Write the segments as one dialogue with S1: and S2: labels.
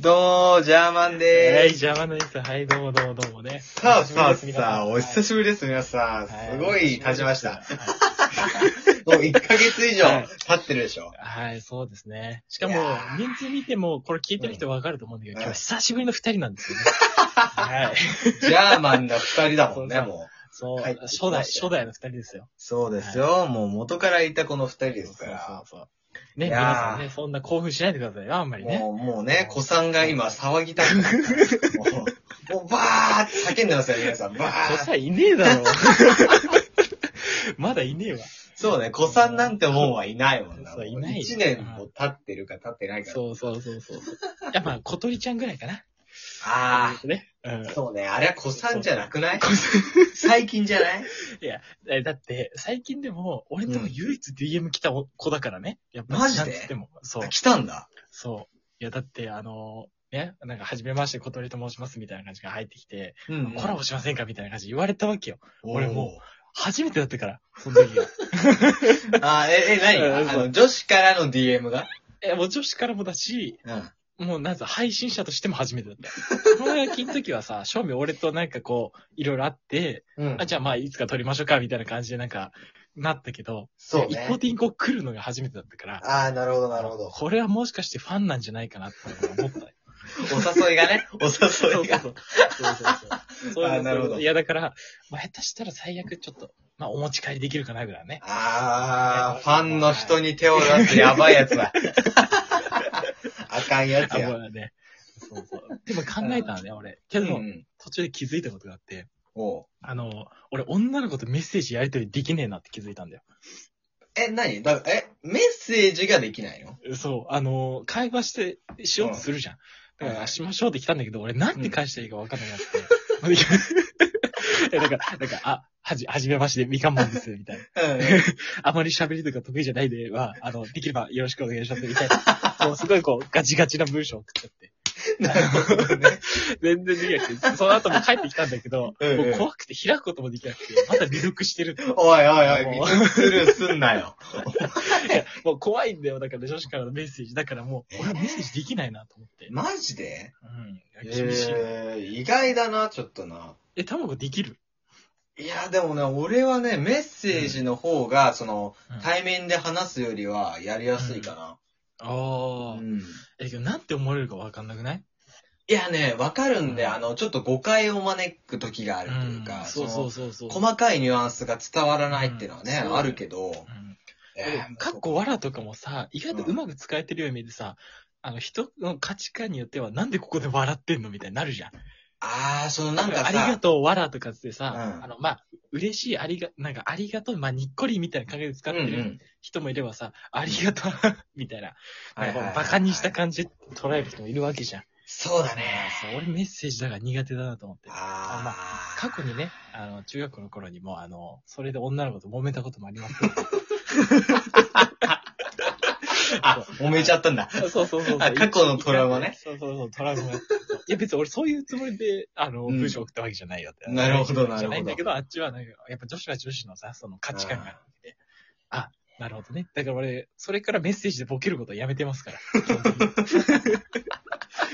S1: どうも、ジャーマン
S2: は
S1: で
S2: い、
S1: ーす。
S2: 邪魔のいつ、はい、どうもどうもどうもね。
S1: さあさあさあ、お久
S2: 久
S1: しぶりです、皆さん。
S2: は
S1: す
S2: い
S1: ごい経ちました。
S2: は
S1: もう1ヶ月以上
S2: はい
S1: 経ってるでしょ。
S2: い、はいそうですね。しかも
S1: いやー、
S2: 人数見ても、これ聞いてる人わかると思うんだけど、
S1: うん
S2: 今日久しぶりの二人なんですよね。はい。
S1: ジャーマンの2人だもんね、
S2: そう
S1: もう。
S2: そう、
S1: はい
S2: 初代、初代の二人ですよ。
S1: そうですよ。もう元からいたこの2人ですから。
S2: そうそうそう。ね、
S1: いやー
S2: 皆さんね、そんな興奮しないでくださいよ、あんまりね。
S1: もう、もうね、子さんが今騒ぎたくなるもう、もうバーって叫んでますよ、皆さん。バ
S2: そ
S1: ー
S2: し
S1: って。
S2: たらいね えだろ。まだいねえわ。
S1: そうね、子さんなんてもんはいないもんな。
S2: そういない
S1: 1年も経ってるか経ってないか。
S2: そうそうそうそう。やっぱ、小鳥ちゃんぐらいかな。
S1: あ
S2: ね。うん
S1: あ、。そうね、あれは子さんじゃなくない最近じゃない
S2: え、だって、最近でも、俺んとも唯一 DM 来た子だからね。やっぱ
S1: マジで
S2: なんつっても。そう
S1: あ。来たんだ。
S2: そう。いや、だって、あのね、なんか、初めまして、小鳥と申しますみたいな感じが入ってきて、
S1: うんうん
S2: コラボしませんかみたいな感じで言われたわけよ。俺も
S1: う。
S2: 初めてだっ たから、その時が。
S1: あ、え、え、何
S2: うん
S1: あの、女子からの DM が
S2: え、もう女子からもだし、
S1: うん。
S2: もうなんぞ配信者としても初めてだった。この時の時 はさ、正味俺となんかこう、いろいろあって、
S1: うん
S2: あ、じゃあまあいつか撮りましょうかみたいな感じでなんか、なったけど、
S1: そう
S2: 一
S1: ね
S2: 方。的にこう来るのが初めてだったから、
S1: ああ、なるほど、なるほど。
S2: これはもしかしてファンなんじゃないかなって思ったよ。
S1: お誘いがね。お
S2: そ
S1: 誘
S2: う
S1: い
S2: そう
S1: が。
S2: そう。そうそうそう。そういう
S1: あなるほど
S2: いや、だから、まあ、下手したら最悪ちょっと、まあ、お持ち帰りできるかなぐらいね。
S1: ああ、ファンの人に手を出すやばいやつだ。あかんやつ
S2: あ、も
S1: や。
S2: うね。そうそう。でも考えたのね、俺。けど、
S1: ん。
S2: 途中で気づいたことがあって、
S1: おう
S2: あの、俺、女の子とメッセージやりとりできねえなって気づいたんだよ。
S1: え、何だえ、メッセージができないの
S2: そう、あの、会話して、しようとするじゃん。
S1: うん
S2: だか
S1: はい
S2: ら、しましょうって来たんだけど、俺、なんて返したらいいか分かんなくな って。え、なんか、なんか、あ、はじ、はじめまして、みかんもんです、みたいな。
S1: う
S2: あまり喋りとか得意じゃないでは、あの、できればよろしくお願いします、みたいな。もうすごいこう、ガチガチな文章を送っちゃって。
S1: ん。なるほどね。
S2: 全然できなくて、その後も帰ってきたんだけど、
S1: うんうん
S2: もう怖くて開くこともできなくて、まだ離力してる。
S1: おいおいおい、
S2: もう
S1: 水スルーすんなよ。
S2: もう怖いんだよ、だから女子からのメッセージ。だからもう、俺はメッセージできないなと思って。
S1: マジで
S2: うん。 厳しい。
S1: えー、意外だな、ちょっとな。
S2: え、卵できる
S1: いや、でもね、俺はね、メッセージの方が、その、
S2: うん
S1: 対面で話すよりはやりやすいかな。
S2: ああ、
S1: うん
S2: え、けどなんて思われるかわかんなくない
S1: いやね、わかるんで、
S2: うん
S1: あの、ちょっと誤解を招く時があるというか、
S2: んそう
S1: そ
S2: そ
S1: の
S2: うそうそう。
S1: 細かいニュアンスが伝わらないっていうのはね、
S2: うん
S1: あるけど、
S2: うん
S1: えー
S2: かっこわらとかもさ、意外とうまく使えてるように見えてさ、あの人の価値観によっては、なんでここで笑ってんのみたいになるじゃん。
S1: あー、そのなんか
S2: ありが
S1: さ、
S2: とう、わらとかってさ、
S1: うん
S2: あの、まあ、嬉しい、ありが、なんかありがとう、まあ、にっこりみたいな感じで使
S1: う
S2: っ
S1: ん
S2: て
S1: う
S2: る
S1: ん
S2: 人もいればさ、ありがとう、 みたいな、なんかこうバカにした感じで捉える人もいるわけじゃん。
S1: そうだね。
S2: そう俺メッセージだから苦手だなと思って。あま
S1: あー
S2: 過去にね、あの、中学校の頃にも、あの、それで女の子と揉めたこともありますけど。
S1: あ、揉めちゃったんだ。
S2: そうそうそうそう。
S1: あ過去のトラウマね。
S2: そうそうそう、トラウマ。い や、別に俺そういうつもりで、あの、
S1: うん
S2: 文章送ったわけじゃないよって。
S1: なるほど
S2: じゃ
S1: な
S2: ないん
S1: るほど
S2: だけど、あっちはなんか、やっぱ女子は女子のさ、その価値観があるわけで。あ、なるほどね。だから俺、それからメッセージでボケることはやめてますから。 基本的に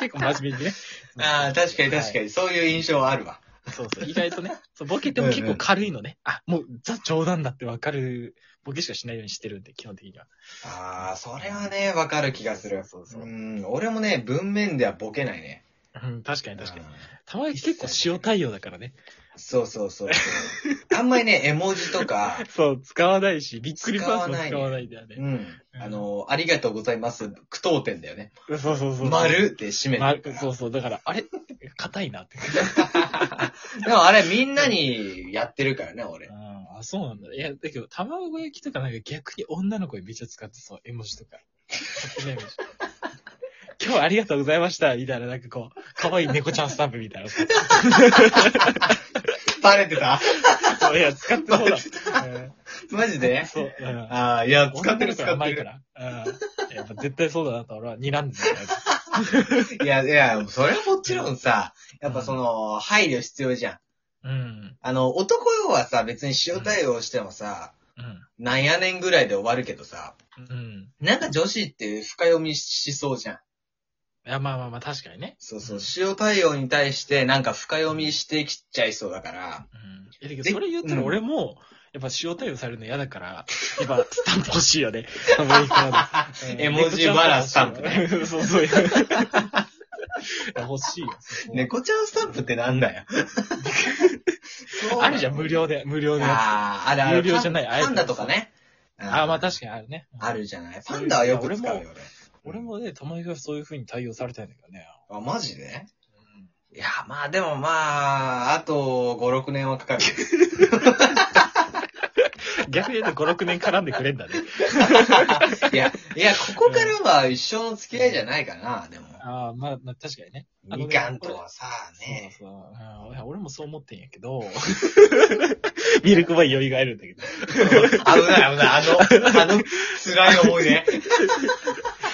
S2: 結構真面目にね。
S1: あー確かに確かに、そういう印象はあるわ。
S2: そうそう、意外とね、そうボケても結構軽いのね。あ、もう、ザ冗談だってわかる、ボケしかしないようにしてるんで、基本的には。
S1: あー、それはね、わかる気がする。、
S2: そうそううそうん
S1: 俺もね、文面ではボケないね。
S2: うん、確かに確かに。
S1: うん
S2: たまに結構塩対応だからね。
S1: そうそうそうそう。あんまりね、絵文字と か、
S2: そう、使わないし、びっくりパースも使
S1: 使わ
S2: わ
S1: な
S2: ないいんだよね
S1: う。ん。あの、ありがとうございます。句読点だよね。
S2: そうそうそうそう。
S1: 丸って締め
S2: 丸
S1: てるから
S2: そうそう。だから、あれ硬いなって。
S1: でもあれみんなにやってるからね、俺。
S2: ああ、そうなんだ。いや、だけど、卵焼きとかなんか逆に女の子にめっちゃ使ってそう、絵文字とか。絵文字 今日はありがとうございました、みたいな、なんかこう、可愛い猫ちゃんスタンプみ たいなさ。
S1: バレてた
S2: いや、使って そうだ。うん
S1: マジ で
S2: そう。うん
S1: ああ、いや、使ってる
S2: 女の子
S1: 使
S2: が
S1: っ
S2: 甘
S1: て
S2: い
S1: る。
S2: から。うん。やっぱ絶対そうだなと俺は睨んでたよ。
S1: いや、いや、それはもちろんさ、やっぱその、配慮必要じゃん。
S2: うん。
S1: あの、男はさ、別に塩対応してもさ、
S2: うん。
S1: なんやねんぐらいで終わるけどさ、
S2: うん。
S1: なんか女子って深読みしそうじゃん。
S2: いや、まあまあまあ、確かにね。
S1: そうそう、塩対応に対してなんか深読みしてきちゃいそうだから。
S2: うん。え、だけ
S1: ぜ
S2: ど、それ言った
S1: う
S2: ら
S1: ん
S2: 俺も、やっぱ塩対応されるの嫌だ から、やっぱスタンプ欲しいよね。アメリカのうん
S1: 絵文字バラスタン プね。
S2: そうそう。いや欲しいよ。
S1: 猫ちゃんスタンプってなん だよ。
S2: あるじゃん、
S1: 無
S2: 無料で、無料のや
S1: ああ、あるある。
S2: 有料じゃない
S1: パンパンダとかね。
S2: つ。ああ、まあ
S1: た。
S2: 確かにあるね。うん
S1: あるじゃない。パンダはよく使うよね。
S2: 俺もね、たまにはそういう風に対応されたいんだけどね。
S1: あ、マジでいや、まあでもまあ、あと5、6年はかかる。
S2: 逆に言うと5、6年絡んでくれんだね。
S1: いや、いや、ここからは一生の付き合いじゃないかな、でも。
S2: ああ、まあ、まあ確かにね。あのね
S1: みかんとはさ、ね。
S2: そうそううんいや。俺もそう思ってんやけど、 ミルクボーイよりがえるんだけど。
S1: 危ない危ない、あの、あの、辛い思い 出。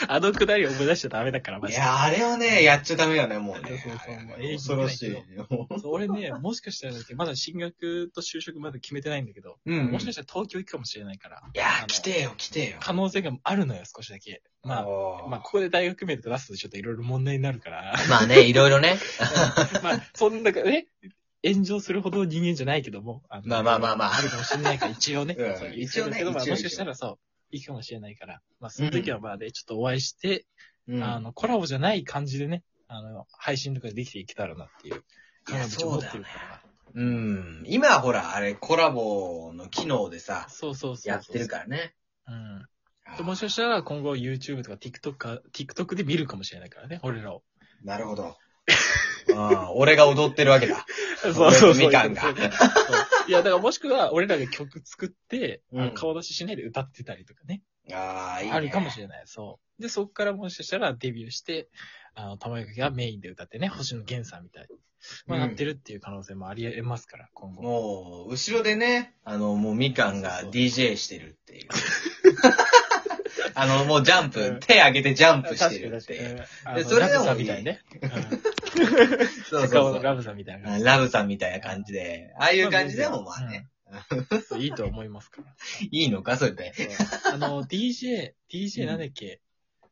S2: あのくだり思い出しちゃダメだから、マ
S1: い
S2: ジで。
S1: や、あれはね、やっちゃダメよね、もうね
S2: そうそうそうもう。永遠に
S1: 恐ろしい。もう
S2: そう俺ね、もしかしたらだけどまだ進学と就職まだ決めてないんだけど、
S1: うん。
S2: もしか
S1: い
S2: したら東京行くかもしれないから、
S1: や、来てよ、来てよ。
S2: 可能性があるのよ、少しだけ。まあ、
S1: あ
S2: まあ、ここで大学名とか出すとちょっといろいろ問題にな るから、
S1: ま あね、いろいろね。
S2: まあ、 そんなかね、炎上するほど人間じゃないけども、あの
S1: まあまあまあまあ。
S2: あるかもしれないから、一応ね
S1: うん
S2: そう
S1: 一応ね
S2: けどまあ、
S1: 一応
S2: もしかしたらそう、行くかもしれないから、まあ、その時はまあね、ちょっとお会いして、
S1: うん
S2: あの、コラボじゃない感じでね、あの、配信とかできていけたらなっていう、
S1: いや
S2: 彼女思ってるから。
S1: うん。今ほら、あれ、コラボの機能でさ、
S2: そうそうそう。
S1: やってるからね。
S2: ら。うん。でもしかしたら今後 YouTube とか TikTok か、TikTok で見るかもしれないからね、俺 らを。
S1: なるほど。ああ俺が踊ってるわけだ。
S2: そうそうそう。
S1: みかんが
S2: そうそういや、だからもしくは、俺らが曲作って、あ
S1: う
S2: の
S1: ん
S2: 顔出ししないで歌ってたりとかね。
S1: ああ、いい、ね。
S2: あるかもしれない。そう。で、そこからもしかしたらデビューして、あの、玉井がメインで歌ってね、星野源さんみたいに、まあ、
S1: うん
S2: なってるっていう可能性もありえますから、今後。
S1: もう、後ろでね、あの、もうみかんが
S2: そうそう
S1: DJ してるっていう。 あの、もうジャンプ、手上げてジャンプしてるっていう。
S2: あ
S1: で
S2: の
S1: それで
S2: ラ
S1: も
S2: ブさんみた いにね。。
S1: そううんそ
S2: 顔
S1: う
S2: の
S1: そう。
S2: ラブさんみたいな
S1: あ
S2: 感
S1: ラブさんみたいな感じで、ああい
S2: じ。
S1: う感じでもまあね、
S2: うん。いいと思いますから。
S1: いいのか、それで。
S2: あ の、DJ、DJ なんだっけ、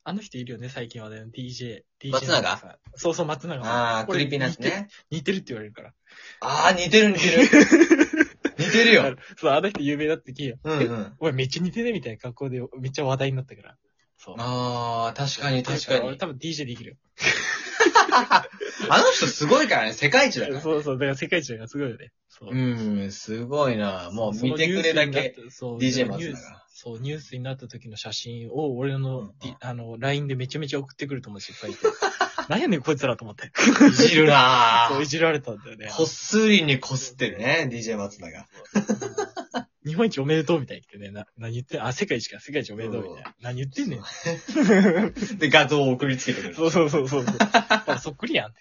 S2: あの人いるよね、最近はね、DJ。DJ
S1: 松永
S2: なんかさそうそう、松永さん。
S1: ああ、ク
S2: 俺
S1: リピーナッツね。
S2: 似てる似てるって言われるから。
S1: ああ、似てる似てる。 似てるよ。
S2: そう、あの人有名だって聞いよ。
S1: うんうん。
S2: おい、めっちゃ似てねみたいな格好で、めっちゃ話題になったから。そう。
S1: ああ、確かに確か
S2: 俺
S1: に。
S2: 多分 DJ できる
S1: あの人すごいからね、世界一だか
S2: よ。
S1: ら。
S2: そうそう、だから世界一がすごいよね。そう。
S1: うん、すごいな。もう
S2: そ
S1: 見
S2: の
S1: てくれだ
S2: ニュースになっ
S1: け。
S2: た。そう
S1: DJ
S2: ニ
S1: 松
S2: ュ
S1: 永
S2: ースそう、ニュースになった時の写真を俺の、
S1: うんうん
S2: ディあの、LINE でめちゃめちゃ送ってくる友達いっ ぱいいて。何やねん、こいつらと思って。
S1: いじるな
S2: そう、いじられたんだよね。
S1: こっすりにこすってるね、DJ 松 永。
S2: 日本一おめでとうみたいに言ってね、な、何言ってんあ、世界一か、世界一おめでとうみたいな。何言ってんねん。
S1: で、画像を送りつけてくる。
S2: そうそうそうそう。だからそっく りやんって。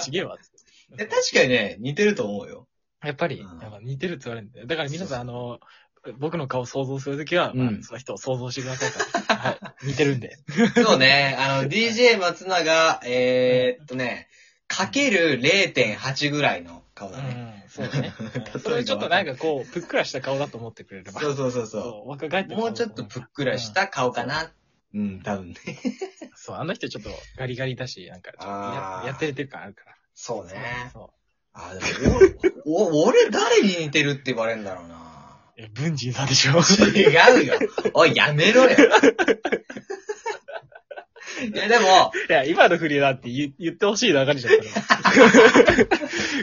S2: ちげえわって
S1: え確かにね、似てると思うよ。
S2: やっぱり、
S1: うん
S2: やっぱ似てるって言われるんだよ。だから皆さん、あ
S1: そ
S2: の、僕の顔を想像するときは、まあ
S1: うん
S2: その人を想像してくださいから。はい。似てるん で。
S1: そうね、あ の、DJ 松永、えー、っとね、かける0.8ぐらいの顔
S2: う
S1: だね。。
S2: ん、そうだねうんそれをちょっとなんかこう、ぷっくらした顔だと思ってくれれば。
S1: そうそうそうそ
S2: そう。若返って
S1: う。
S2: る
S1: もうちょっとぷっくらした顔かな。うん、多分ね。
S2: そう、あの人ちょっとガリガリだし、なんか、
S1: あー
S2: ややってるっていうかあるから。
S1: そうね。
S2: そう。
S1: あ、でも、お、お俺誰に似てるって言われるんだろうな。
S2: え、文人さんでしょ
S1: 違うよ。おい、やめろ よ。いや、でも、
S2: いや、今の振りだって言言ってほしい流れじゃん。これ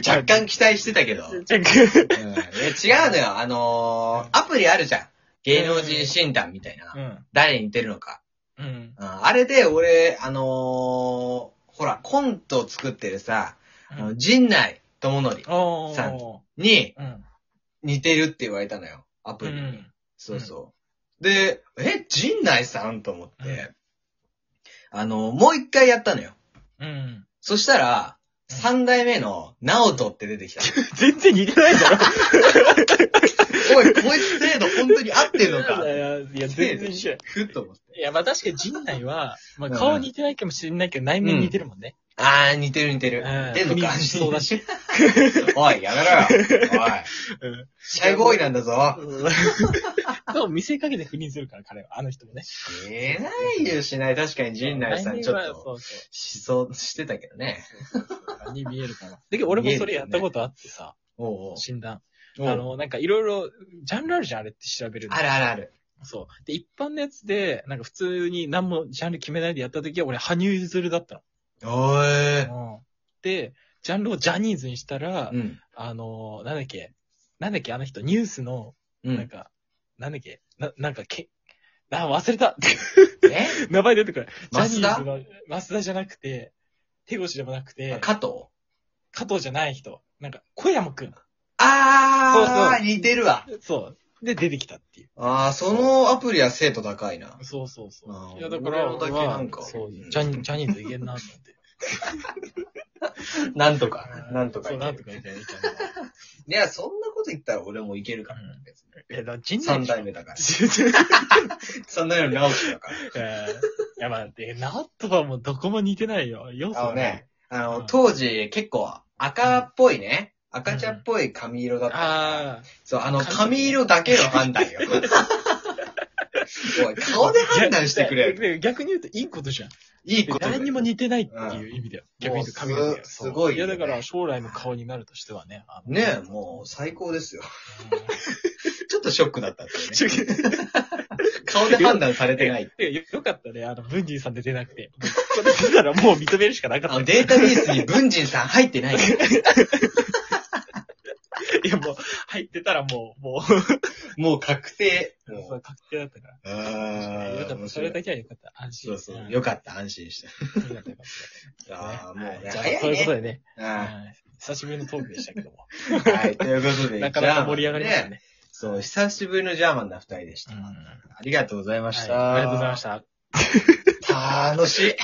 S1: 若干期待してたけど。うん、い
S2: 若干。
S1: や違うのよ。あのー、アプリあるじゃん。芸能人診断みたいな。
S2: うん。
S1: 誰に似てるのか。
S2: うん。
S1: うん、あれで、俺、あのー、ほら、コントを作ってるさ、あの陣内智則
S2: お
S1: さん
S2: ー。
S1: に
S2: うん。
S1: 似てるって言われたのよ。アプ
S2: う
S1: リに。
S2: ん。
S1: そうそう。で、え、陣内さんと思って、あの、もう一回やったのよ。
S2: うん。
S1: そしたら、
S2: うん
S1: 三代目の、ナオトって出てきた。
S2: 全然似てないだろ。
S1: おい、こいつ程度本当に合ってんのか。
S2: い や、いや全然似てない。
S1: ふっと思って。
S2: いや、まあ確かに陣内は、まあ
S1: うん
S2: 顔似てないかもしれないけど、内面似てるもんね。
S1: あー、似てる似てる。
S2: うん。
S1: 出んのか。
S2: 不倫しそうだし。
S1: おい、やめろよ。おい。シャイボーイなんだぞ。
S2: うんそう見せかけて不倫するから、彼は。あの人もね。
S1: しないよ、しない。確かに陣内さんちょっと、
S2: そうそう。
S1: しそうしてたけどね。
S2: に見えるから。だけど俺もそれやったことあってさ、
S1: おうおう
S2: 診断。
S1: おう
S2: あの、なんかいろいろ、ジャンルあるじゃん、あれって調べるの
S1: あるあるある。
S2: そう。で、一般のやつで、なんか普通に何もジャンル決めないでやった時は俺、羽生結弦だった
S1: おー
S2: の。うん。で、ジャンルをジャニーズにしたら、
S1: うん。
S2: あの、なんだっけ、なんだっけ、あの人、ニュースの、
S1: う
S2: なん
S1: ん。
S2: か、なんだっけ、な、なんかけ、あ、忘れた
S1: え
S2: 名前出てこない。
S1: 増田
S2: ジャニーズの、増田じゃなくて、手越でもなくて、
S1: 加藤
S2: 加藤じゃない人。なんか、小山くん。
S1: あー
S2: そう
S1: 似てるわ。
S2: そう。で、出てきたっていう。
S1: あー、そのアプリは精度高いな。
S2: そうそうそ
S1: あー
S2: う。いや、だか
S1: 俺ら
S2: ら、
S1: だけ
S2: 俺は
S1: なんか
S2: そう、ジ
S1: うん
S2: ャニジャニーズいけんなと思って。
S1: なんとか、なんとか
S2: そ、
S1: いうけ
S2: なんと
S1: る。
S2: かいける。
S1: いや、そんなこと言ったら俺もいけるから
S2: うん。
S1: 別に
S2: え、だ、人
S1: 三代
S2: 目。
S1: 目だから。三代目の直樹だ から。
S2: えーいや、まあ、で、ナットはもうどこも似てないよ。要素
S1: あ
S2: が
S1: のね。、あ
S2: う
S1: の、
S2: ん
S1: 当時結構赤っぽいね。赤茶っぽい髪色だったから。
S2: ああ。
S1: そう、あの、
S2: 髪
S1: 髪色だけの判断 よ。おい、顔で判断してく れよ。
S2: 逆逆に言うと、いいことじゃん。
S1: いいことだよ
S2: 誰にも似てないっていう意味だよ。逆に言うと、髪の毛が
S1: す
S2: そう
S1: すごい
S2: い
S1: よ
S2: や、
S1: ね
S2: だから、将来の顔になるとしてはね。あの
S1: ねえ、もう最高ですよ。
S2: うん
S1: ちょっとショックだったって いうね。
S2: ちょっ
S1: 顔で判断されて ない。
S2: とよよかったね。あの、文人さん出てなくて。これ出たらもう認めるしかなか
S1: あ
S2: っ
S1: の、データベースに文人さん入ってない。
S2: た。いや、もう、入ってたらもう、もう、
S1: もう確定。
S2: そう確定だったから。
S1: うーん
S2: よかった。それだけはよかった。安
S1: そう
S2: 心。
S1: そ
S2: ん
S1: う。よかった、安心した。
S2: よかったよかっ
S1: ああ、
S2: た
S1: もうね
S2: は。いじゃあ、
S1: 早
S2: そういう
S1: い
S2: こと
S1: ね。
S2: でね。
S1: は
S2: はい久しぶりのトークでしたけども。
S1: い。はい、ということで。
S2: なかなか盛り上がりまし
S1: じゃ
S2: た
S1: あ
S2: ね。
S1: そう、久しぶりのジャーマンな二人でした。
S2: うん
S1: ありがとうございました。
S2: はいありがとうございました。
S1: た。楽しい。